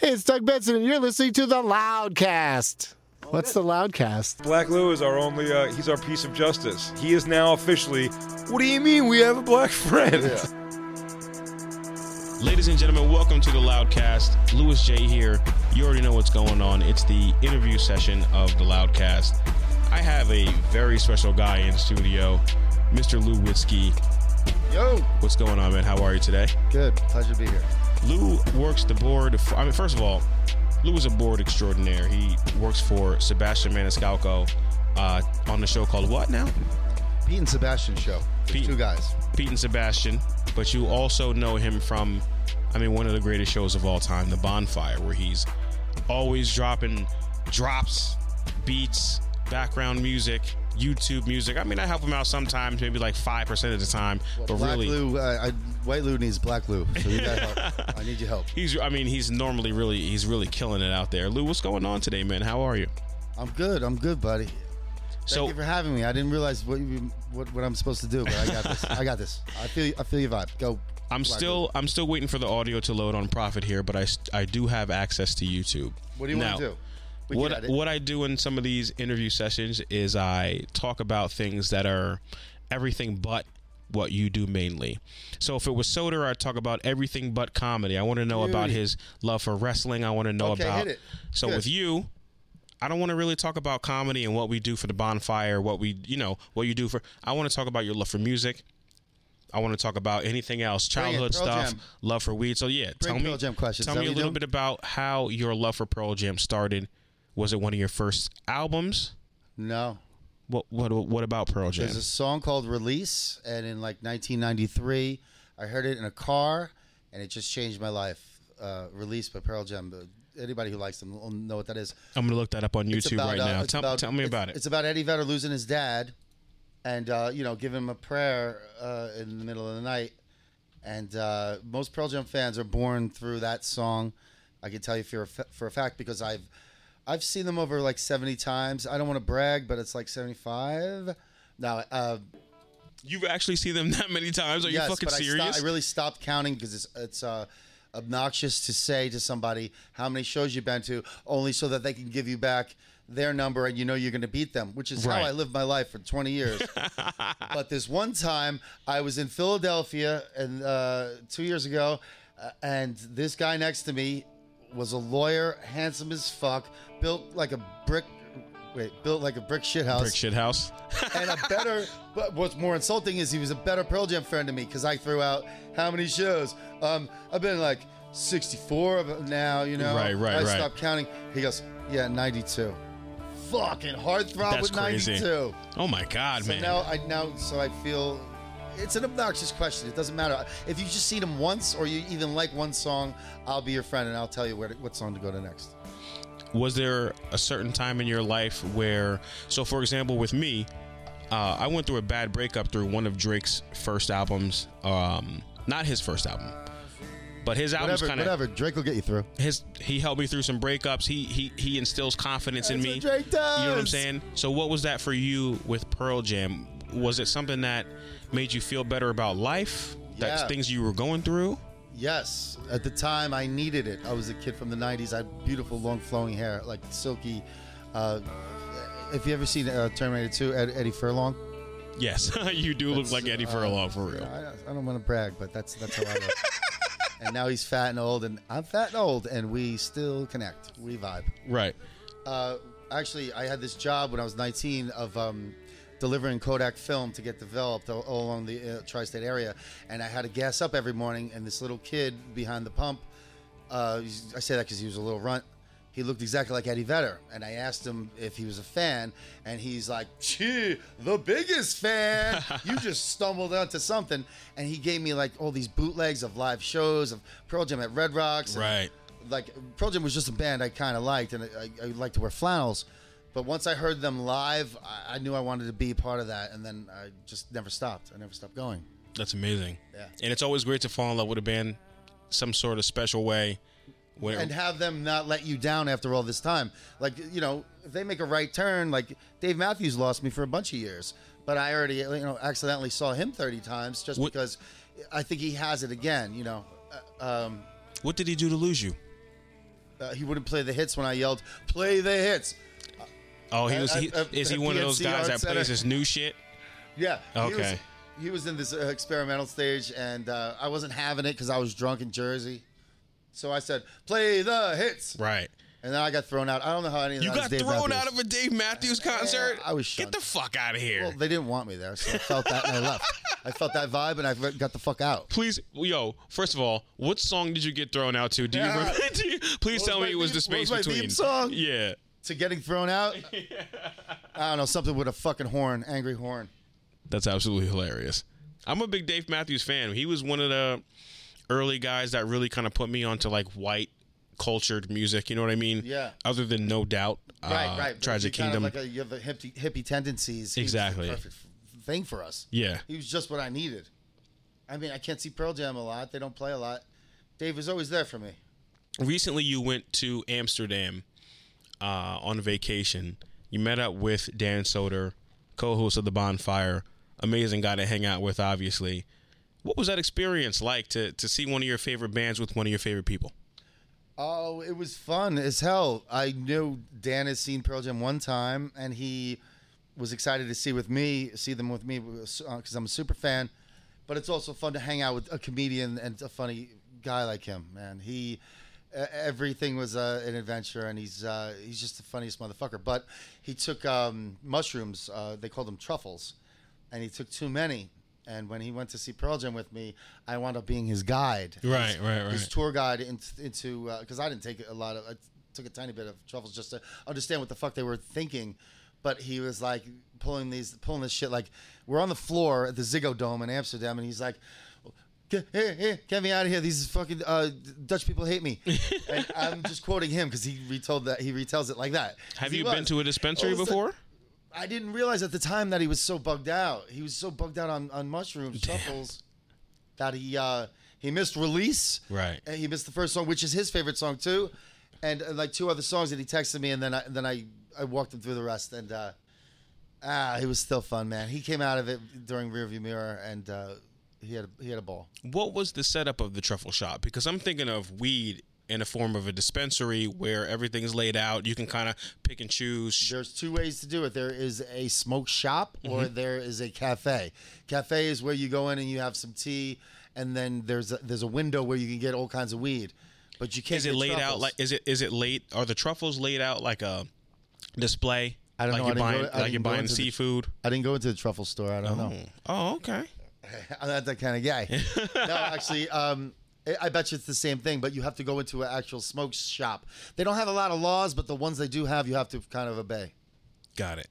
It's Doug Benson, and you're listening to the Loudcast. What's the Loudcast? Black Lou is our only, uh, he's our piece of justice. He is now officially, what do you mean we have a black friend? Ladies and gentlemen, welcome to the Loudcast. Louis J here. You already know what's going on. It's the interview session of the Loudcast. I have a very special guy in studio, Mr. Lou Witzke. Yo, What's going on, man? How are you today? good. Pleasure to be here. Lou works the board. Of, I mean, first of all, Lou is a board extraordinaire. He works for Sebastian Maniscalco uh, on the show called what now? Pete and Sebastian show. Pete. Two guys. Pete and Sebastian, but you also know him from, I mean, one of the greatest shows of all time, The Bonfire, where he's always dropping drops, beats, background music, YouTube music. I mean, I help him out sometimes, maybe like 5% of the time, but Black really. Lou, uh, I, White Lou needs Black Lou. So you got help. I need your help. He's, I mean, he's normally really, he's really killing it out there. Lou, what's going on today, man? How are you? I'm good. I'm good, buddy. Thank So, you for having me. I didn't realize what, you, what what I'm supposed to do, but I got this. I got this. I feel I feel your vibe. Go. I'm Black still, Lou. I'm still waiting for the audio to load on Profit here, but I, s- I do have access to YouTube. What do you Now- want to do? We can what edit. what I do in some of these interview sessions is I talk about things that are everything but what you do mainly. So if it was Soder, I'd talk about everything but comedy. I want to know about his love for wrestling. I want to know Mm. Okay, about hit it. so Good. with you. I don't want to really talk about comedy and what we do for the bonfire, what we, you know, what you do for. I want to talk about your love for music. I want to talk about anything else, it, childhood Pearl stuff, Jam. love for weed. So yeah, Bring tell me, Pearl Jam questions. tell Is that me a what you little do? bit about how your love for Pearl Jam started. Was it one of your first albums? no. What what what about Pearl Jam? There's a song called Release, and in like 1993, I heard it in a car, and it just changed my life. Uh, Release by Pearl Jam. Uh, Anybody who likes them will know what that is. I'm gonna look that up on YouTube about, right uh, now. it's Tell, about- tell me it's- about it. It's about Eddie Vedder losing his dad, and uh, you know, giving him a prayer uh, in the middle of the night. And uh, most Pearl Jam fans are born through that song. I can tell you for a, fa- for a fact because I've I've seen them over like seventy times. I don't want to brag, but it's like seventy five. Now, uh, You've actually seen them that many times? Are you yes, fucking but I, serious? sto- I really stopped counting because it's it's uh, obnoxious to say to somebody how many shows you've been to, only so that they can give you back their number and you know you're going to beat them, which is Right. how I lived my life for 20 years. but this one time, I was in Philadelphia and uh, two years ago, uh, and this guy next to me was a lawyer, handsome as fuck, built like a brick. Wait, built like a brick shit house Brick shit house. and a better. But what's more insulting is he was a better Pearl Jam friend to me because I threw out how many shows. Um, I've been like 64 of it now, you know. Right, right, I right. stopped counting. He goes, yeah, 92. Fucking heartthrob That's with crazy. 92. So Oh my god, man. now I now so I feel. It's an obnoxious question. It doesn't matter if you just seen him once or you even like one song. I'll be your friend and I'll tell you where to, what song to go to next. was there a certain time in your life where so for example with me uh, i went through a bad breakup through one of drake's first albums um, not his first album but his albums Whatever, kind of whatever. Drake will get you through. his he helped me through some breakups he he, he instills confidence in me That's what Drake does. you know what i'm saying so what was that for you with pearl jam was it something that made you feel better about life Yeah. that things you were going through Yes. At the time, I needed it. I was a kid from the 90s. I had beautiful, long, flowing hair, like silky. Uh, if you ever seen uh, Terminator 2, Ed, Eddie Furlong? yes you do look like eddie uh, furlong for real I, I don't want to brag, but that's that's how I look. and now he's fat and old, and I'm fat and old, and we still connect. We vibe. right Uh, actually, I had this job when I was 19 of um, delivering Kodak film to get developed all, all along the uh, tri-state area, and I had to gas up every morning. And this little kid behind the pump, uh, he's- I say that because he was a little runt. He looked exactly like Eddie Vedder, and I asked him if he was a fan, and he's like, "Gee, the biggest fan! You just stumbled onto something." And he gave me like all these bootlegs of live shows of Pearl Jam at Red Rocks, and right like Pearl Jam was just a band I kind of liked, and I, I, I liked to wear flannels. But once I heard them live, I, I knew I wanted to be part of that, and then I just never stopped. I never stopped going. That's amazing. Yeah. And it's always great to fall in love with a band some sort of special way. Where And have them not let you down after all this time. Like you know, if they make a right turn, like Dave Matthews lost me for a bunch of years, but I already you know accidentally saw him thirty times just What- because I think he has it again. You know, Uh, um, what did he do to lose you? uh, he wouldn't play the hits when I yelled, "Play the hits." Oh, he I- was. I- He, I- is he I- one of those PNC guys that Arts Center. plays his new shit? Yeah. He was, Okay. he was in this uh, experimental stage, and uh, I wasn't having it because I was drunk in Jersey. So I said, "Play the hits," Right. and then I got thrown out. I don't know how any of You that got was Dave thrown Matthews. out of a Dave Matthews concert. I was Get shunned. the fuck out of here. Well, they didn't want me there, so I felt that and I left. I felt that vibe, and I got the fuck out. please, yo. First of all, what song did you get thrown out to? Do you Yeah. remember? Do you- please What tell was me my it was theme- the what space was my between. theme song? Yeah. To getting thrown out, I don't know something with a fucking horn, angry horn. That's absolutely hilarious. I'm a big Dave Matthews fan. He was one of the early guys that really kind of put me onto like white cultured music. You know what I mean? Yeah. Other than No Doubt, Right, uh, right. But Tragic you kind Kingdom. Of like a, you have the hippie, hippie tendencies. He was Exactly. The perfect f- thing for us. yeah. He was just what I needed. I mean, I can't see Pearl Jam a lot. They don't play a lot. Dave was always there for me. Recently, you went to Amsterdam uh, on vacation. You met up with Dan Soder, co-host of the Bonfire. Amazing guy to hang out with, obviously. What was that experience like to to see one of your favorite bands with one of your favorite people? Oh, it was fun as hell. I knew Dan has seen Pearl Jam one time, and he was excited to see with me, see them with me, uh, because I'm a super fan. But it's also fun to hang out with a comedian and a funny guy like him. Man, he e- everything was uh, an adventure, and he's uh, he's just the funniest motherfucker. But he took um, mushrooms. Uh, they called them truffles, and he took too many. And when he went to see Pearl Jam with me, I wound up being his guide Right, right, his tour guide in- into because I didn't take a lot of I took a tiny bit of truffles just to understand what the fuck they were thinking, but he was like pulling these pulling this shit like we're on the floor at the Ziggo Dome in Amsterdam and he's like. Get, here, here, get me out of here! These fucking uh, Dutch people hate me, and I'm just quoting him because he retold that he retells it like that. 'Cause Have he you was. been to a dispensary All of a sudden- before? I didn't realize at the time that he was so bugged out. He was so bugged out on, on mushrooms, truffles, that he uh, he missed release. Right. And he missed the first song, which is his favorite song too, and uh, like two other songs that he texted me, and then I then I, I walked him through the rest, and uh, ah, he was still fun, man. He came out of it during rearview mirror, and uh, he had a, he had a ball. What was the setup of the truffle shop? Because I'm thinking of weed in the form of a dispensary where everything's laid out. You can kind of pick and choose. There's two ways to do it. There is a smoke shop or Mm-hmm. there is a cafe. Cafe is where you go in and you have some tea, and then there's a, there's a window where you can get all kinds of weed, but you can't. Is it get laid out truffles. like? Is it is it laid? Are the truffles laid out like a display? I don't like know. You're I didn't go buying, to- I like you're didn't go buying into the- seafood. I didn't go into the truffle store. I don't know. Oh, okay. I'm not that kind of guy. no, actually, um, I- I bet you it's the same thing, but you have to go into an actual smoke shop. They don't have a lot of laws, but the ones they do have, you have to kind of obey. Got it.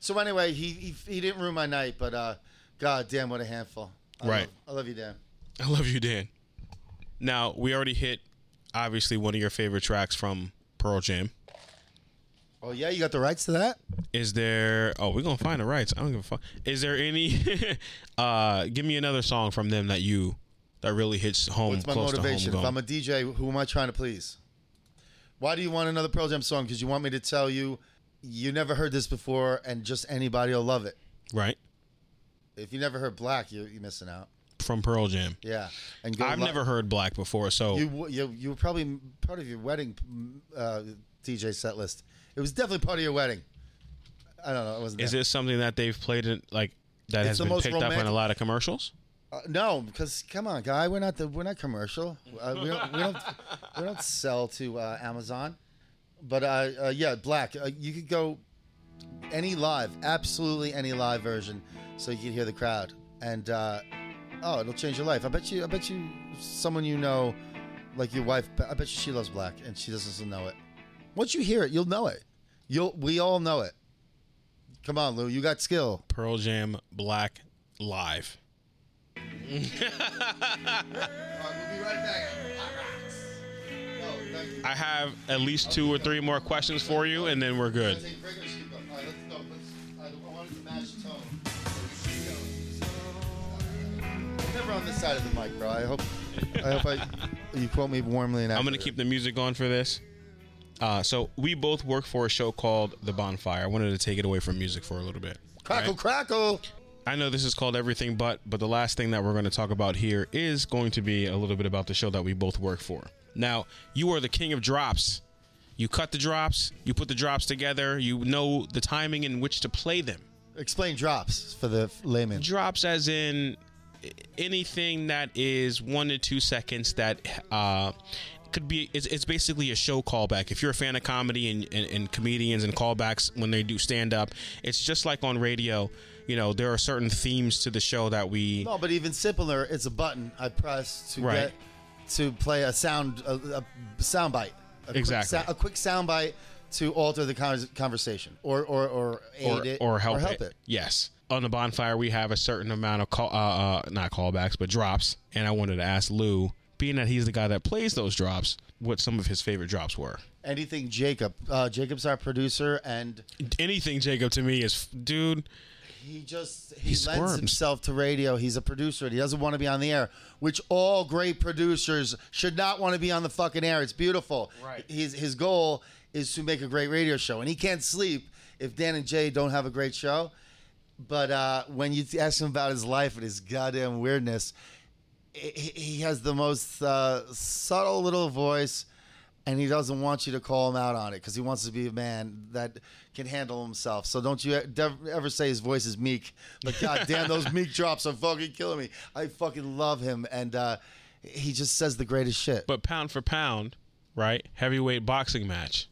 So anyway, he he, he didn't ruin my night, but uh, God damn, what a handful. I Right. love- I love you, Dan. I love you, Dan. Now we already hit, obviously one of your favorite tracks from Pearl Jam. Oh yeah, you got the rights to that. Is there? Oh, we're gonna find the rights. I don't give a fuck. Is there any? uh, give me another song from them that you that really hits home. What's my close motivation? To If home I'm a DJ, who am I trying to please? Why do you want another Pearl Jam song? Because you want me to tell you you never heard this before, and just anybody will love it. right If you never heard Black, you're, you're missing out. from Pearl Jam. Yeah, and go I've li- never heard Black before, so You, w- you you were probably part of your wedding uh, DJ set list. It was definitely part of your wedding. I don't know. It wasn't. is there. this something that they've played in like that It's has the been most picked up in a romantic- lot of commercials? Uh, no, because come on, guy, we're not the we're not commercial. Uh, we don't we don't we don't sell to uh, Amazon. But uh, uh, yeah, black. Uh, you could go any live, absolutely any live version, so you can hear the crowd. And uh, oh, it'll change your life. I bet you. I bet you. Someone you know, like your wife. I bet you she loves black, and she doesn't know it. Once you hear it, you'll know it. You'll. We all know it. Come on, Lou. You got skill. Pearl Jam Black Live. we'll be right back. thank you. I have at least two or three more questions for you, and then we're good. I'm never on this side of the mic, bro. I hope, I hope I, you quote me warmly and I'm gonna keep the music on for this. Uh, so we both work for a show called The Bonfire. I wanted to take it away from music for a little bit. crackle, crackle. I know this is called Everything But, but the last thing that we're going to talk about here is going to be a little bit about the show that we both work for. Now, you are the king of drops. You cut the drops, you put the drops together, you know the timing in which to play them. Explain drops for the layman. Drops as in i- anything that is one to two seconds that uh, could be it's, it's basically a show callback if you're a fan of comedy and, and, and comedians and callbacks when they do stand up it's just like on radio you know there are certain themes to the show that we No, but even simpler, it's a button I press to Right. get to play a sound a, a sound bite. A Exactly. Quick, sou- a quick sound bite to alter the con- conversation or or or aid or, it or help, help it. Yes. On the bonfire, we have a certain amount of call, uh, uh, not callbacks, but drops. And I wanted to ask Lou, being that he's the guy that plays those drops, what some of his favorite drops were. Anything, Jacob. Uh, Jacob's our producer, and Anything Jacob to me is, dude. he just he, He lends squirms. himself to radio. He's a producer. and He doesn't want to be on the air, which all great producers should not want to be on the fucking air. It's beautiful. Right. His his goal is to make a great radio show, and he can't sleep if Dan and Jay don't have a great show. But uh, when you ask him about his life and his goddamn weirdness, he, he he has the most uh, subtle little voice, and he doesn't want you to call him out on it because he wants to be a man that can handle himself. So don't you e- dev- ever say his voice is meek. But goddamn, those meek drops are fucking killing me. I fucking love him, and uh, he just says the greatest shit. But pound for pound, right? Heavyweight boxing match.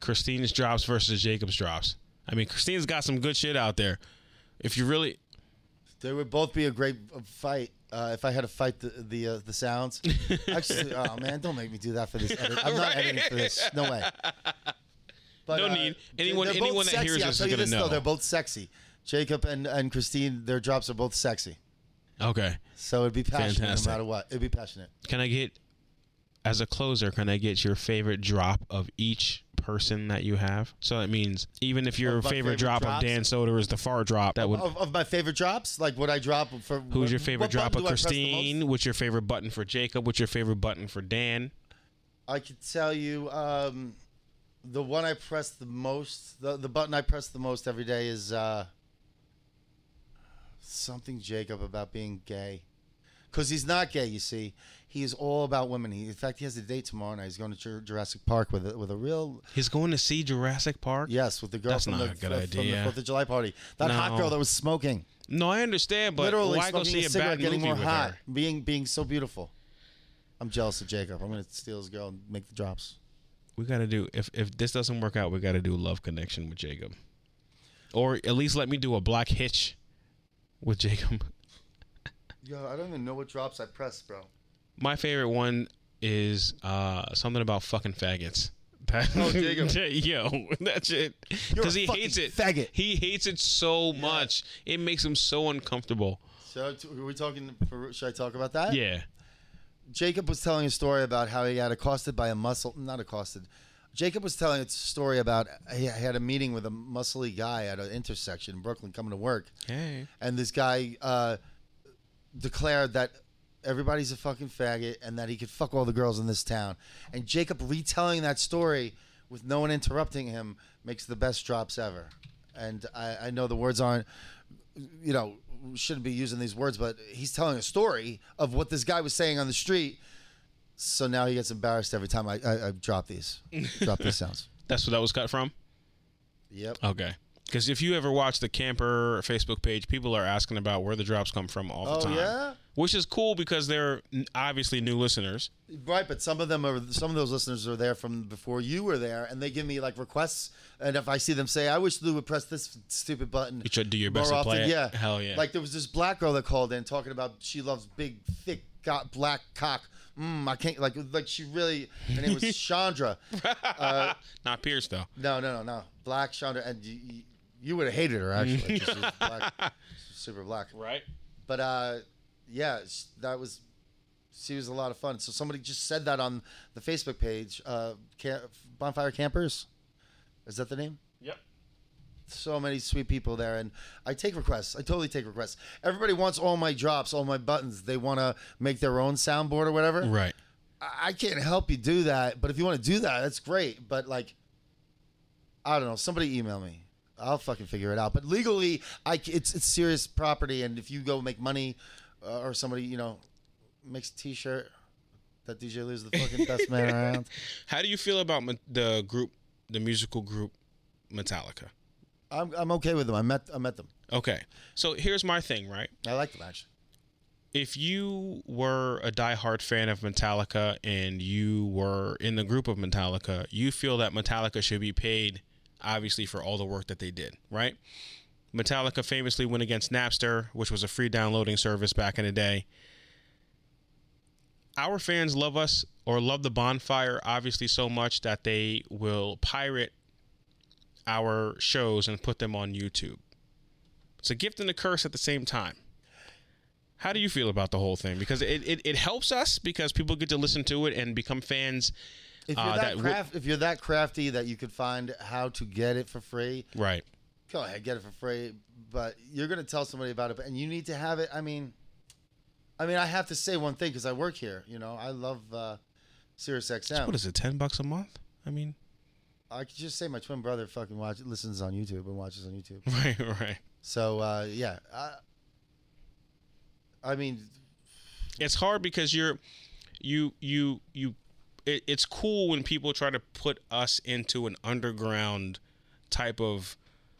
Christine's drops versus Jacob's drops. I mean, Christine's got some good shit out there. If you really, There would both be a great uh, fight uh, if I had to fight the the uh, the sounds. Actually, oh man, don't make me do that for this. Edit. I'm not editing for this. No way. But, uh, No need. they're- Anyone- they're both anyone that sexy. hears I'll this tell is you gonna Though, know. they're both sexy. Jacob and, and Christine, their drops are both sexy. okay. So it'd be passionate Fantastic. no matter what. It'd be passionate. Can I get, as a closer, can I get your favorite drop of each person that you have? So that means even if your Of my favorite, favorite drop drops? of Dan Soder is the far drop, that would. Of, of my favorite drops, like what I drop for. Who's what- your favorite what drop button of do I press the most? Christine? What's your favorite button for Jacob? What's your favorite button for Dan? I could tell you um, the one I press the most, the, the button I press the most every day is uh, something, Jacob, about being gay. Because he's not gay, you see. He is all about women. He, in fact, he has a date tomorrow night. He's going to Jur- Jurassic Park with a, with a real, He's going to see Jurassic Park. yes, with the girl That's not from, the, a good from the idea. 4th of July party. That hot No. girl that was smoking. No, I understand, but literally why go smoking see a a cigarette, bad getting movie more with hot, her? being, being so beautiful. I'm jealous of Jacob. I'm going to steal his girl and make the drops. We gotta do if if this doesn't work out, we gotta do love connection with Jacob, or at least let me do a black hitch with Jacob. Yo, I don't even know what drops I press, bro. My favorite one is uh, something about fucking faggots. That, oh, Jacob. Yo, that's it. You're a Because he fucking hates it. faggot. He hates it so much. It makes him so uncomfortable. So t- are we talking? For, should I talk about that? Yeah. Jacob was telling a story about how he got accosted by a muscle. Not accosted. Jacob was telling a story about he had a meeting with a muscly guy at an intersection in Brooklyn coming to work, Hey. and this guy uh, declared that everybody's a fucking faggot and that he could fuck all the girls in this town. And Jacob retelling that story with no one interrupting him makes the best drops ever. And I, I know the words aren't you know, shouldn't be using these words, but he's telling a story of what this guy was saying on the street. So now he gets embarrassed every time I, I, I drop these, drop these sounds. That's what that was cut from? Yep. Okay. Because if you ever watch the Camper Facebook page, people are asking about where the drops come from all the Oh, time. yeah? Which is cool because they're n- obviously new listeners. Right, but some of them are some of those listeners are there from before you were there, and they give me like requests, and if I see them say, "I wish Lou would press this stupid button," You should do your best to play it. Yeah, Hell yeah. Like there was this black girl that called in talking about she loves big, thick, got black cock. Mm, I can't like like she really, and it was Chandra. Not Pierce, though. No, no, no, no. Black Chandra, and you, you- you would have hated her actually. 'cause she was black, super black. Right? But uh, yeah, sh- that was. She was a lot of fun. So somebody just said that on the Facebook page. Uh, Ca- Bonfire Campers, is that the name? Yep. So many sweet people there, and I take requests. I totally take requests. Everybody wants all my drops, all my buttons. They want to make their own soundboard or whatever. Right. I I can't help you do that, but if you want to do that, that's great. But like, I don't know. Somebody email me. I'll fucking figure it out. But legally, I c- it's it's serious property, and if you go make money, uh, or somebody you know makes a T-shirt, That DJ Lou's the fucking best man around. How do you feel about me- the group, the musical group, Metallica? I'm, I'm okay with them. I met I met them. Okay, so here's my thing, right? I like them actually. If you were a diehard fan of Metallica and you were in the group of Metallica, you feel that Metallica should be paid, obviously, for all the work that they did, right? Metallica famously went against Napster, which was a free downloading service back in the day. Our fans love us or love the bonfire, obviously, so much that they will pirate our shows and put them on YouTube. It's a gift and a curse at the same time. How do you feel about the whole thing? Because it, it, it helps us because people get to listen to it and become fans. If you're Uh, that, that would- craft, if you're that crafty that you could find how to get it for free, Right. go ahead, get it for free. But you're gonna tell somebody about it, and you need to have it. I mean, I mean, I have to say one thing because I work here. You know, I love uh, Sirius XM. What is it, 10 bucks a month? I mean, I could just say my twin brother fucking watch listens on YouTube and watches on YouTube. right, right. So uh, yeah, I, I mean, it's hard because you're you you you it, it's cool when people try to put us into an underground type of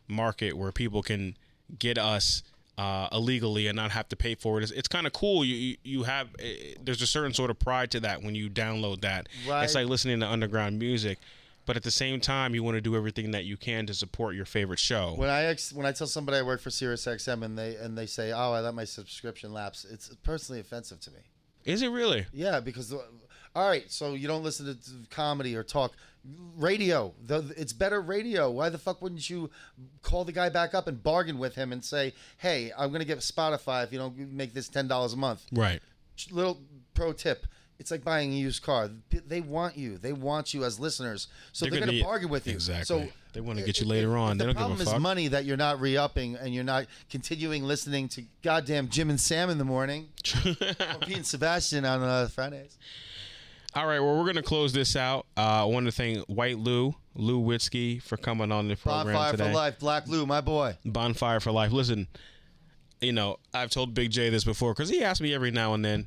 market where people can get us uh, illegally and not have to pay for it. It's, it's kind of cool. You you, you have eh, eh, there's a certain sort of pride to that when you download that. Right. It's like listening to underground music, but at the same time, you want to do everything that you can to support your favorite show. when I ex- when I tell somebody I work for Sirius XM and they and they say, "Oh, I let my subscription lapse," it's personally offensive to me. Is it really? Yeah, because the- all right, so you don't listen to t- comedy or talk radio. The, it's better radio. Why the fuck wouldn't you call the guy back up and bargain with him and say, "Hey, I'm going to get Spotify if you don't make this ten dollars a month." Right. little pro tip. It's like buying a used car. They want you. They want you as listeners. So they're, gonna going be- to bargain with you. Exactly. So They wanna get you later on. They don't the give a problem is fuck. money that you're not re-upping and you're not continuing listening to goddamn Jim and Sam in the morning. or Pete and Sebastian on uh, Fridays. All right, well, we're going to close this out. Uh, I want to thank White Lou, Lou Witzke, for coming on the program Bonfire today. for life. Black Lou, my boy. Bonfire for Life. Listen, you know, I've told Big J this before because he asks me every now and then.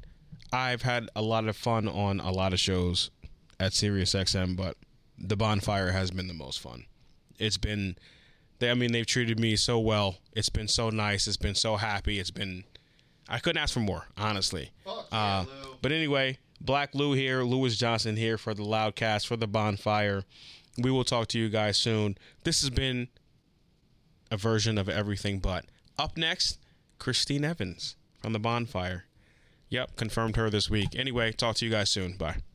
I've had a lot of fun on a lot of shows at SiriusXM, but the Bonfire has been the most fun. It's been, they, I mean, they've treated me so well. It's been so nice. It's been so happy. It's been, I couldn't ask for more, honestly. Uh, but anyway, Black Lou here, Lewis Johnson here for the Loudcast, for the Bonfire. We will talk to you guys soon. This has been a version of everything but. Up next, Christine Evans from the Bonfire. Yep, confirmed her this week. Anyway, talk to you guys soon. Bye.